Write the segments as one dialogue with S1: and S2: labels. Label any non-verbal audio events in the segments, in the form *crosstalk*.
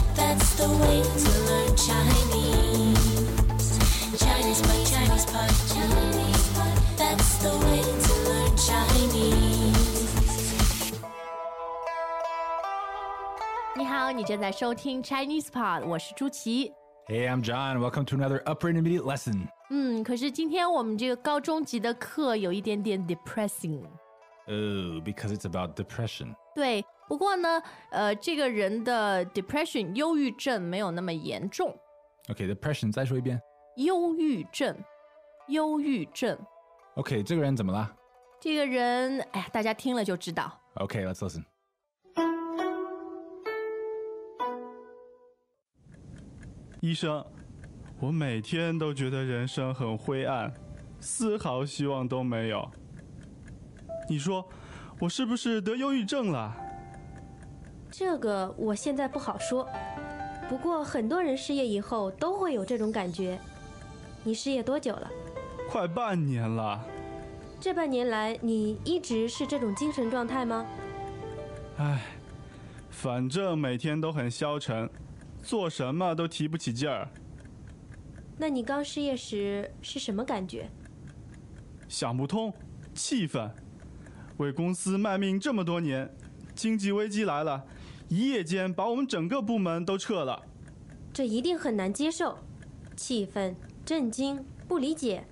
S1: a way to learn Chinese. Chinese pot, Chinese pot, Chinese pot. That's the way to learn Chinese.
S2: 你好，你正在收听 Chinese Pod，我是朱琪。
S3: Hey, I'm John. Welcome to another Upper Intermediate lesson.
S2: 嗯，可是今天我们这个高中级的课有一点点 depressing。
S3: Oh, because it's about depression.
S2: 对，不过呢，呃，这个人的 depression 忧郁症没有那么严重。
S3: Okay, depression. 再说一遍。
S2: 忧郁症，忧郁症，
S3: Okay, 这个人怎么啦
S2: 这个人，哎呀，大家听了就知道。
S3: ？Okay, let's listen.
S4: 医生，我每天都觉得人生很灰暗，丝毫希望都没有。你说，我是不是得忧郁症了？
S5: 这个我现在不好说，不过很多人失业以后都会有这种感觉。你失业多久了？
S4: 快半年了，
S5: 这半年来你一直是这种精神状态吗？
S4: 唉，反正每天都很消沉，做什么都提不起劲儿。
S5: 那你刚失业时是什么感觉？
S4: 想不通，气愤，为公司卖命这么多年，经济危机来了，一夜间把我们整个部门都撤了。
S5: 这一定很难接受，气愤、震惊、不理解，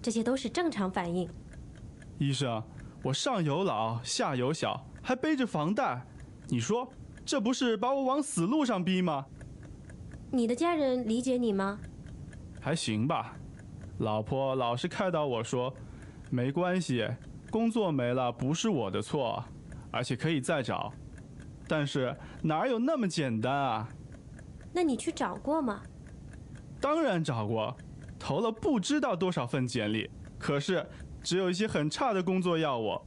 S5: 这些都是正常反应。
S4: 医生，我上有老下有小，还背着房贷，你说这不是把我往死路上逼吗？
S5: 你的家人理解你吗？
S4: 还行吧，老婆老是开导我说，没关系，工作没了不是我的错，而且可以再找。但是哪有那么简单啊？
S5: 那你去找过吗？
S4: 当然找过，投了不知道多少份简历，可是只有一些很差的工作要我。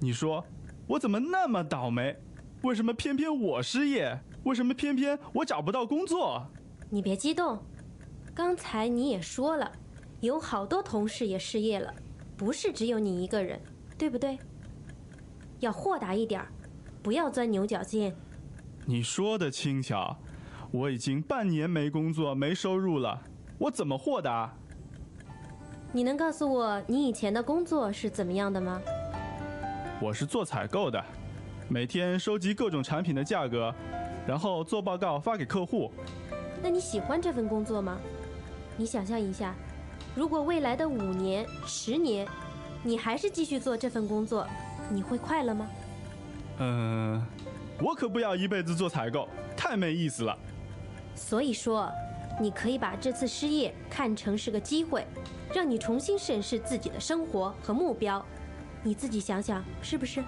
S4: 你说我怎么那么倒霉？为什么偏偏我失业？为什么偏偏我找不到工作？
S5: 你别激动，刚才你也说了，有好多同事也失业了，不是只有你一个人，对不对？要豁达一点儿，不要钻牛角尖。
S4: 你说的轻巧，我已经半年没工作没收入了，我怎么豁达？
S5: 你能告诉我你以前的工作是怎么样的吗？
S4: 我是做采购的，每天收集各种产品的价格，然后做报告发给客户。
S5: 那你喜欢这份工作吗？你想象一下，如果未来的五年、十年，你还是继续做这份工作，你会快乐吗？
S4: 嗯、我可不要一辈子做采购，太没意思了。
S5: 所以说，你可以把这次失业看成是个机会，让你重新审视自己的生活和目标。你自己想想，是不是？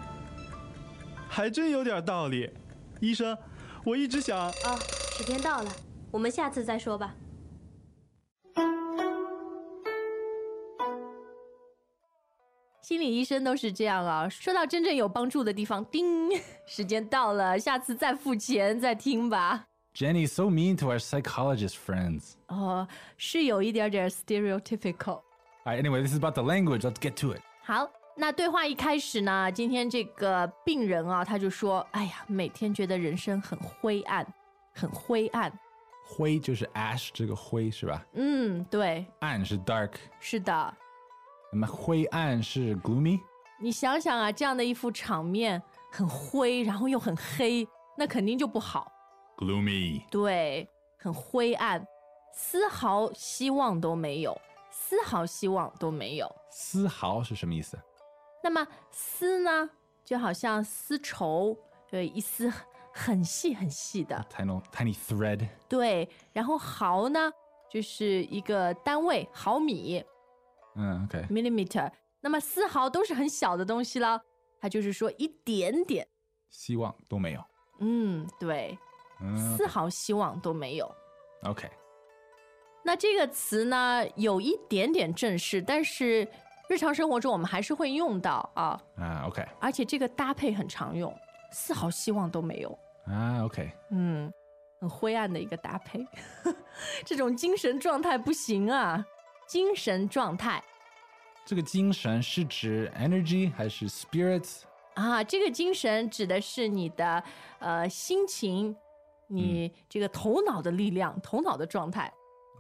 S4: 还真有点道理。医生，我一直想，
S5: 哦，时间到了，我们下次再说吧。
S2: 心理医生都是这样啊，说到真正有帮助的地方，叮， *laughs* 时间到了，下次再付钱再听吧。
S3: Jenny's so mean to our psychologist friends.
S2: 哦，是有一点点 stereotypical。
S3: All right, anyway, this is about the language. Let's get to it.
S2: 好，那对话一开始呢，今天这个病人啊，他就说：“哎呀，每天觉得人生很灰暗，很灰暗。
S3: 灰就是 ash 这个灰是吧？”
S2: 嗯，对，
S3: 暗是 dark，
S2: 是的。
S3: 那么灰暗是 gloomy。
S2: 你想想啊，这样的一幅场面，很灰，然后又很黑，那肯定就不好。
S3: Gloomy。
S2: 对，很灰暗，丝毫希望都没有，丝毫希望都没有。
S3: 丝毫是什么意思？
S2: 那么丝呢，就好像丝绸，对，一丝很细很细的。
S3: tiny tiny thread。
S2: 对，然后毫呢，就是一个单位毫米
S3: 嗯，OK。
S2: （millimeter）。那么丝毫都是很小的东西了，它就是说一点点。
S3: 希望都没有。
S2: 嗯，对，
S3: 嗯
S2: 丝毫希望都没有。
S3: ，OK。
S2: 那这个词呢，有一点点正式，但是日常生活中我们还是会用到啊，
S3: 啊，OK。
S2: 而且这个搭配很常用，丝毫希望都没有。
S3: 啊，OK。
S2: 嗯，很灰暗的一个搭配， *laughs* 这种精神状态不行啊，精神状态。
S3: 这个精神是指 energy 还是 spirits？
S2: 啊，这个精神指的是你的呃心情、你这个头脑的力量、头脑的状态，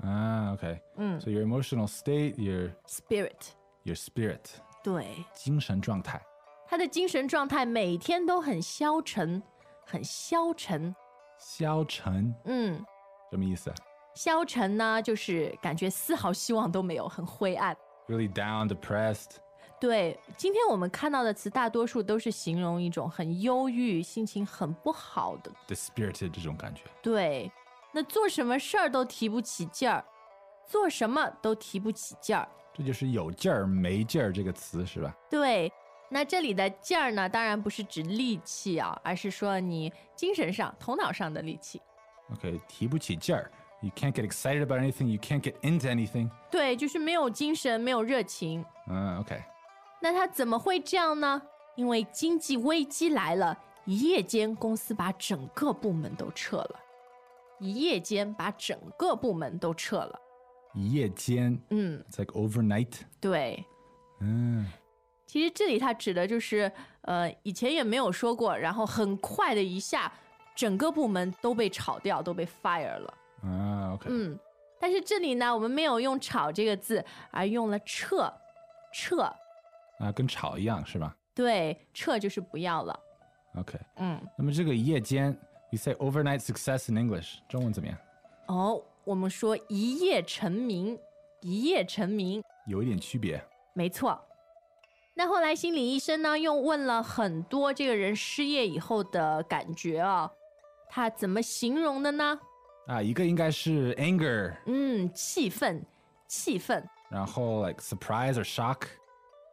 S3: Ah, okay.
S2: 嗯
S3: So your emotional state, your
S2: ，spirit，
S3: your spirit,
S2: 对，
S3: 精神状态。
S2: 他的精神状态每天都很消沉，很消沉，
S3: 消沉
S2: 嗯，
S3: 什么意思啊
S2: 消沉呢就是感觉丝毫希望都没有，很灰暗。
S3: ？Really down, depressed.
S2: 对，今天我们看到的词大多数都是形容一种很忧郁、心情很不好的。
S3: dispirited 这种感觉。
S2: 对，那做什么事儿都提不起劲儿，做什么都提不起劲儿。
S3: 这就是有劲儿没劲儿这个词是吧？
S2: 对，那这里的劲儿呢，当然不是指力气啊，而是说你精神上、头脑上的力气。
S3: OK，提不起劲儿，You can't get excited about anything, you can't get into anything。
S2: 对，就是没有精神，没有热情。
S3: 嗯，OK，
S2: 那他怎么会这样呢？因为经济危机来了，一夜间公司把整个部门都撤了，一夜间把整个部门都撤了。
S3: 一夜间
S2: 嗯，
S3: ，It's like overnight。
S2: 对，
S3: 嗯
S2: 其实这里它指的就是，呃，以前也没有说过，然后很快的一下，整个部门都被炒掉，都被 fire 了。
S3: 啊，OK，
S2: 嗯，但是这里呢，我们没有用“炒”这个字，而用了“撤”，撤，
S3: 啊，跟吵一样是吧
S2: 对，撤就是不要了。
S3: ？OK，
S2: 嗯，
S3: 那么这个一夜间，We say overnight success in English，中文怎么样？
S2: 哦，我们说一夜成名，一夜成名，
S3: 有一点区别。
S2: 没错。那后来心理医生呢，又问了很多这个人失业以后的感觉啊、他怎么形容的呢？
S3: 啊，一个应该是 anger，
S2: 嗯，气愤、气愤、
S3: 然后 like surprise or shock，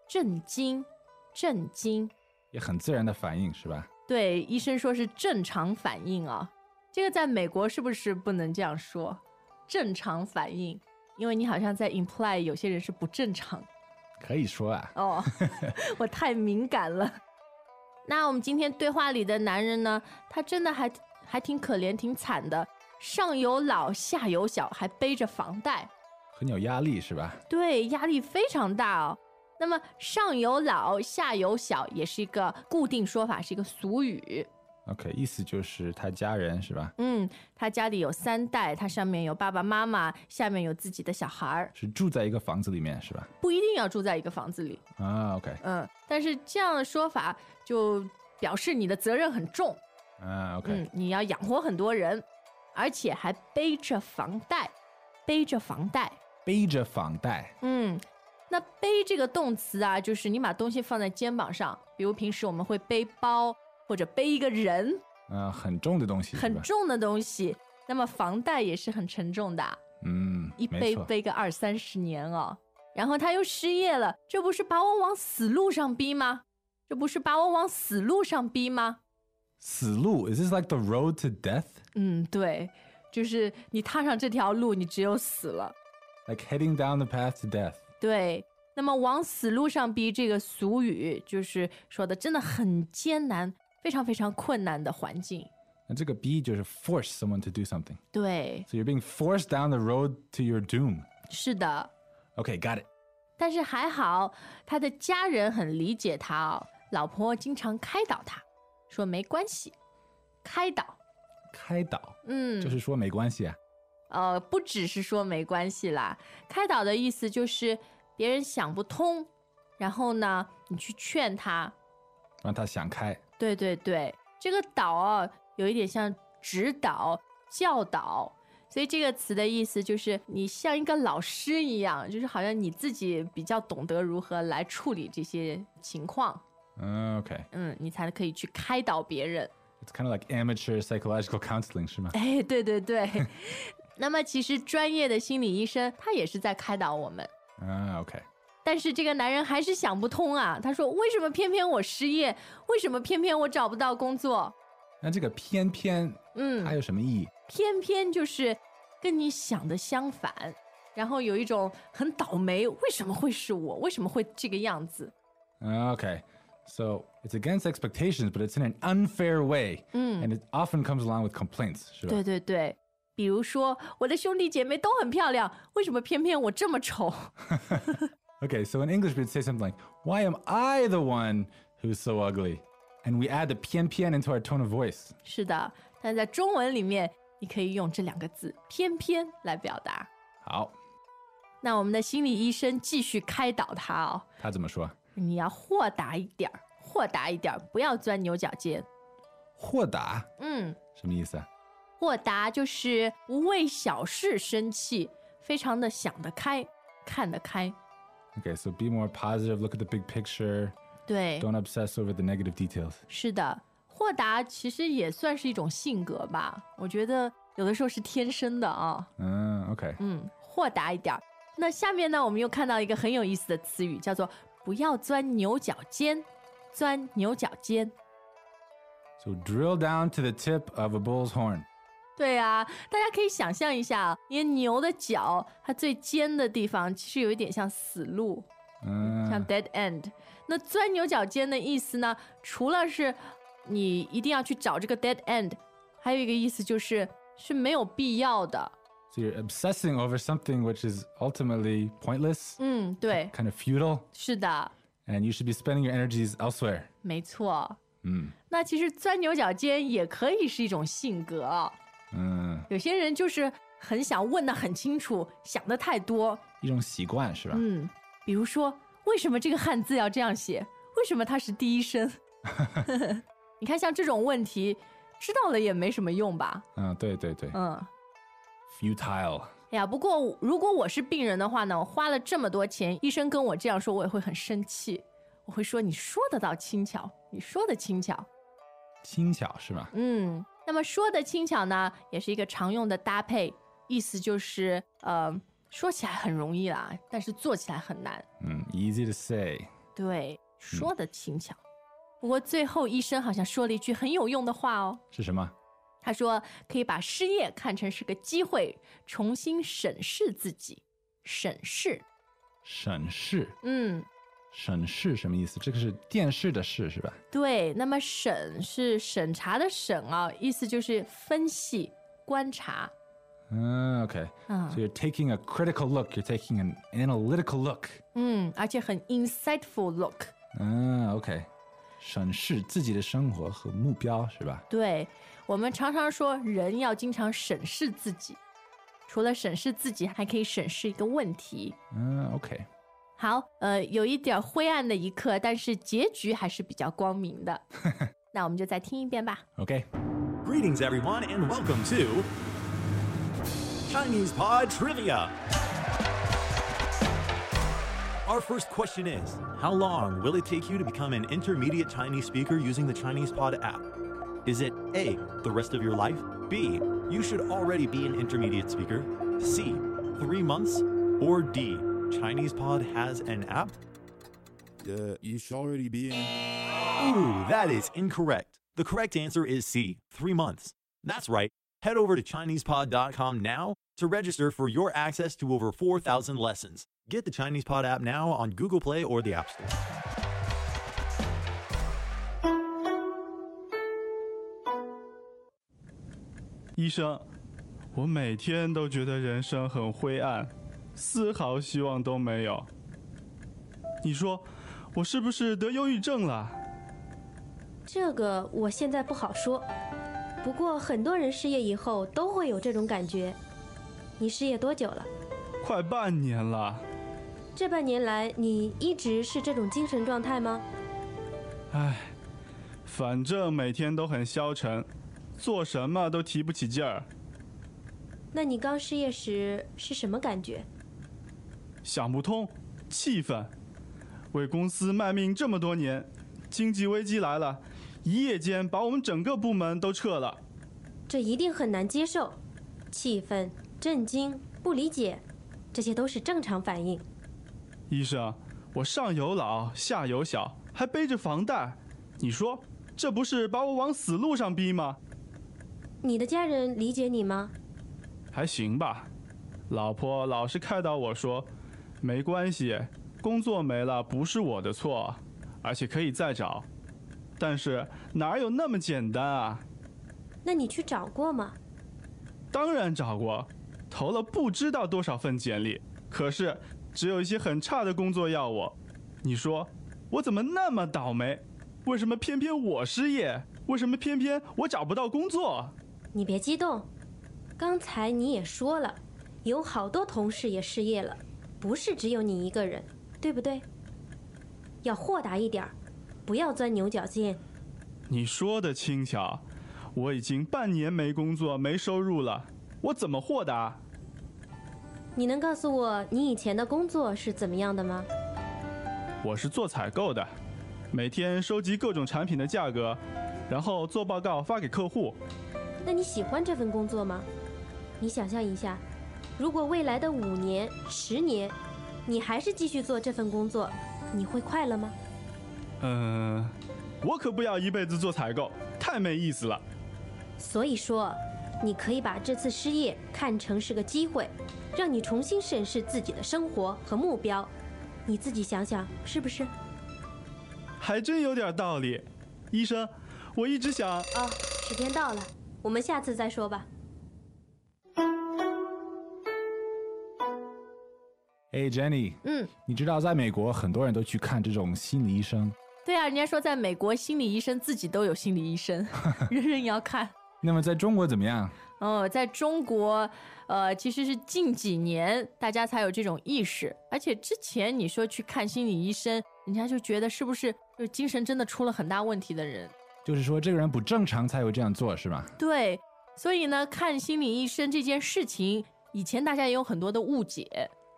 S2: 震惊、震惊。
S3: 也很自然的反应是吧？
S2: 对，医生说是正常反应啊。这个在美国是不是不能这样说？正常反应，因为你好像在 imply 有些人是不正常
S3: 可以说啊，
S2: 哦。我太敏感了。那我们今天对话里的男人呢，他真的还还挺可怜、挺惨的，上有老下有小，还背着房贷。
S3: 很有压力是吧？
S2: 对，压力非常大哦。那么上有老下有小也是一个固定说法，是一个俗语。
S3: OK，意思就是他家人是吧？
S2: 嗯，他家里有三代，他上面有爸爸妈妈，下面有自己的小孩儿，
S3: 是住在一个房子里面是吧？
S2: 不一定要住在一个房子里。
S3: 啊，OK，
S2: 嗯，但是这样的说法就表示你的责任很重，
S3: 啊，OK，
S2: 嗯，你要养活很多人，而且还背着房贷，背着房贷。
S3: 背着房贷，
S2: 嗯，那背这个动词啊，就是你把东西放在肩膀上，比如平时我们会背包或者背一个人
S3: 嗯、很重的东西，是
S2: 很
S3: 吧？
S2: 重的东西，那么房贷也是很沉重的啊，
S3: 嗯，
S2: 一
S3: 没
S2: 背
S3: 错，
S2: 背个二三十年哦。然后他又失业了，这不是把我往死路上逼吗？这不是把我往死路上逼吗？
S3: 死路，Is this like the road to death?
S2: 嗯，对，就是你踏上这条路，你只有死了。
S3: Like heading down the path to death?
S2: 对，那么往死路上逼这个俗语，就是说的真的很艰难，非常非常困难的环境。
S3: 那这个 be 就是 force someone to do something,
S2: 对，
S3: so you're being forced down the road to your doom.
S2: 是的，
S3: Okay, got it.
S2: 但是还好他的家人很理解他哦，老婆经常开导他，说没关系，开导，
S3: 开导
S2: 嗯，
S3: 就是说没关系啊，
S2: 呃，不只是说没关系啦，开导的意思就是别人想不通，然后呢，你去劝他，
S3: 让他想开。
S2: 对对对，这个导啊，有一点像指导、教导，所以这个词的意思就是你像一个老师一样，就是好像你自己比较懂得如何来处理这些情况，
S3: 嗯，Okay,
S2: 嗯，你才可以去开导别人。
S3: it's kind of like amateur psychological counseling 是吗？
S2: 哎，对对对。那么其实专业的心理医生他也是在开导我们。
S3: 啊，OK，
S2: 但是这个男人还是想不通啊，他说：“为什么偏偏我失业？为什么偏偏我找不到工作
S3: 那这个偏偏？”
S2: 嗯，
S3: 它有什么意义？
S2: 偏偏就是跟你想的相反，然后有一种很倒霉，为什么会是我？为什么会这个样子？
S3: Okay. So it's against expectations, but it's in an unfair way. And it often comes along with complaints. 是吧
S2: 对对对，比如说我的兄弟姐妹都很漂亮，为什么偏偏我这么丑？ *laughs*
S3: Okay, so in English, we'd say something like, Why am I the one who's so ugly? And we add the pian pian into our tone of voice.
S2: 是的，但在中文里面，你可以用这两个字“偏偏”来表达。
S3: 好，
S2: 那我们的心理医生继续开导他哦，
S3: 他怎么说？
S2: 你要豁达一点儿，豁达一点儿，不要钻牛角尖。
S3: 豁达
S2: 嗯，
S3: 什么意思啊？
S2: 豁达就是不为小事生气，非常的想得开，看得开。
S3: Okay, so be more positive, look at the big picture,
S2: 对，
S3: don't obsess over the negative details.
S2: 是的，豁达其实也算是一种性格吧。我觉得有的时候是天生的啊。
S3: Uh, okay.
S2: 嗯，豁达一点儿。那下面呢，我们又看到一个很有意思的词语，叫做“不要钻牛角尖”。钻牛角尖，
S3: So drill down to the tip of a bull's horn.
S2: 对啊，大家可以想象一下啊，因为牛的角它最尖的地方，其实有一点像死路，
S3: Uh,
S2: 像 dead end。那钻牛角尖的意思呢，除了是你一定要去找这个 dead end，还有一个意思就是是没有必要的。
S3: so you're obsessing over something which is ultimately pointless,
S2: 嗯，对，
S3: kind of futile,
S2: 是的，
S3: and you should be spending your energies elsewhere.
S2: 没错。
S3: Mm.
S2: 那其实钻牛角尖也可以是一种性格啊，
S3: Uh,
S2: 有些人就是很想问的很清楚，想的太多。
S3: 一种习惯是吧？
S2: 嗯，比如说，为什么这个汉字要这样写？为什么它是第一声？ *laughs* 你看，像这种问题，知道了也没什么用吧？
S3: 啊，对对对。
S2: 嗯，
S3: futile.
S2: 哎呀，不过如果我是病人的话呢，我花了这么多钱，医生跟我这样说，我也会很生气。我会说，你说得到轻巧，你说的轻巧，
S3: 轻巧是吧？
S2: 嗯，那么说的轻巧呢，也是一个常用的搭配，意思就是，呃，说起来很容易啦，但是做起来很难。
S3: Mm, easy to say.
S2: 对，说的轻巧。不过最后医生好像说了一句很有用的话哦，
S3: 是什么？
S2: 他说可以把失业看成是个机会，重新审视自己。审视，
S3: 审视。
S2: 嗯，
S3: 审视什么意思？这个是电视的视是吧？
S2: 对。那么审是审查的审啊，意思就是分析、观察。
S3: Uh, okay.
S2: 嗯
S3: So you're taking a critical look. You're taking an analytical look.
S2: 嗯，而且很 insightful look。
S3: Ah, okay. 审视自己的生活和目标，是吧？
S2: 对，我们常常说人要经常审视自己，除了审视自己，还可以审视一个问题。
S3: Ah, okay.
S2: 好，呃，有一点灰暗的一刻，但是结局还是比较光明的。那我们就再听一遍吧。
S3: Okay.
S6: Greetings, everyone, and welcome to Chinese Pod Trivia. Our first question is How long will it take you to become an intermediate Chinese speaker using the Chinese Pod app? Is it A, the rest of your life? B, you should already be an intermediate speaker? C, three months? Or D, Chinese Pod has an app?
S7: Uh, you should already be in.
S6: Ooh, that is incorrect. The correct answer is C, three months. That's right. Head over to ChinesePod.com now to register for your access to over 4,000 lessons. Get the Chinese Pod app now on Google Play or the App Store.
S1: But
S4: 医生，我每天都觉得人生很灰暗，丝毫希望都没有。你说，我是不是得忧郁症了？
S5: 这个我现在不好说。不过很多人失业以后都会有这种感觉。你失业多久了？
S4: 快半年了，
S5: 这半年来你一直是这种精神状态吗？
S4: 唉，反正每天都很消沉，做什么都提不起劲儿，
S5: 那你刚失业时是什么感觉？
S4: 想不通，气愤。为公司卖命这么多年，经济危机来了，一夜间把我们整个部门都撤了。
S5: 这一定很难接受，气愤、震惊、不理解，这些都是正常反应。
S4: 医生，我上有老下有小，还背着房贷，你说这不是把我往死路上逼吗？
S5: 你的家人理解你吗？
S4: 还行吧，老婆老是开导我说，没关系，工作没了不是我的错，而且可以再找。但是哪有那么简单啊？
S5: 那你去找过吗？
S4: 当然找过，投了不知道多少份简历，可是只有一些很差的工作要我。你说我怎么那么倒霉？为什么偏偏我失业？为什么偏偏我找不到工作？
S5: 你别激动，刚才你也说了，有好多同事也失业了，不是只有你一个人，对不对？要豁达一点儿，不要钻牛角尖。
S4: 你说的轻巧，我已经半年没工作、没收入了，我怎么豁达？
S5: 你能告诉我你以前的工作是怎么样的吗？
S4: 我是做采购的，每天收集各种产品的价格，然后做报告发给客户。
S5: 那你喜欢这份工作吗？你想象一下，如果未来的五年、十年，你还是继续做这份工作，你会快乐吗？
S4: 嗯、我可不要一辈子做采购，太没意思了。
S5: 所以说，你可以把这次失业看成是个机会，让你重新审视自己的生活和目标。你自己想想，是不是？
S4: 还真有点道理。医生，我一直想，
S5: 哦，时间到了，我们下次再说吧。
S3: Hey Jenny，
S2: 嗯，
S3: 你知道在美国很多人都去看这种心理医生，
S2: 对啊，人家说在美国心理医生自己都有心理医生，人人也要看。
S3: 那么在中国怎么样？
S2: 哦，在中国，呃，其实是近几年大家才有这种意识，而且之前你说去看心理医生，人家就觉得是不是就是精神真的出了很大问题的人，
S3: 就是说这个人不正常才会这样做，是吧？
S2: 对，所以呢，看心理医生这件事情，以前大家也有很多的误解，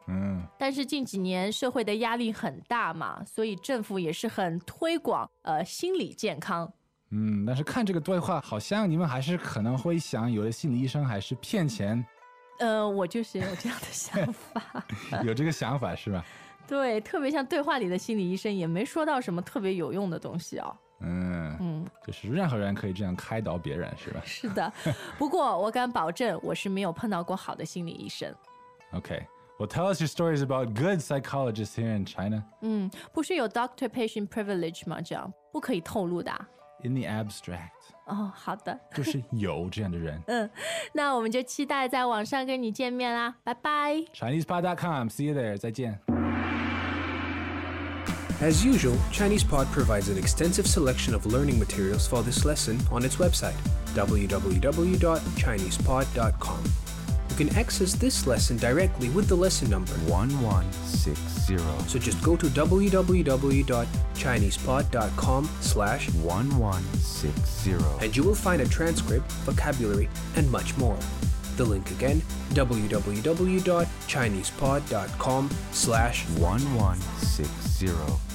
S3: 嗯，
S2: 但是近几年社会的压力很大嘛，所以政府也是很推广呃心理健康。
S3: 嗯，但是看这个对话，好像你们还是可能会想，有的心理医生还是骗钱，
S2: 呃，我就是有这样的想法， *laughs*
S3: 有这个想法是吧？
S2: 对，特别像对话里的心理医生也没说到什么特别有用的东西啊。
S3: *laughs* 嗯，
S2: 嗯，
S3: 就是任何人可以这样开导别人是吧
S2: 是的，不过我敢保证，我是没有碰到过好的心理医生。
S3: ？Okay, well, tell us your stories about good psychologists here in China.
S2: 嗯，不是有 doctor patient privilege 吗？这样不可以透露的啊、
S3: In the abstract，
S2: 哦，好的，
S3: 就是有这样的人。
S2: 那我们就期待在网上跟你见面啦，拜拜。
S3: ChinesePod.com，see Um, you there，再见。
S8: As usual, ChinesePod provides an extensive selection of learning materials for this lesson on its website, www.chinesepod.com. You can access this lesson directly with the lesson number
S9: 1160
S8: So just go to www.chinesepod.com slash
S9: 1160
S8: and you will find a transcript, vocabulary, and much more. The link again, www.chinesepod.com slash
S9: 1160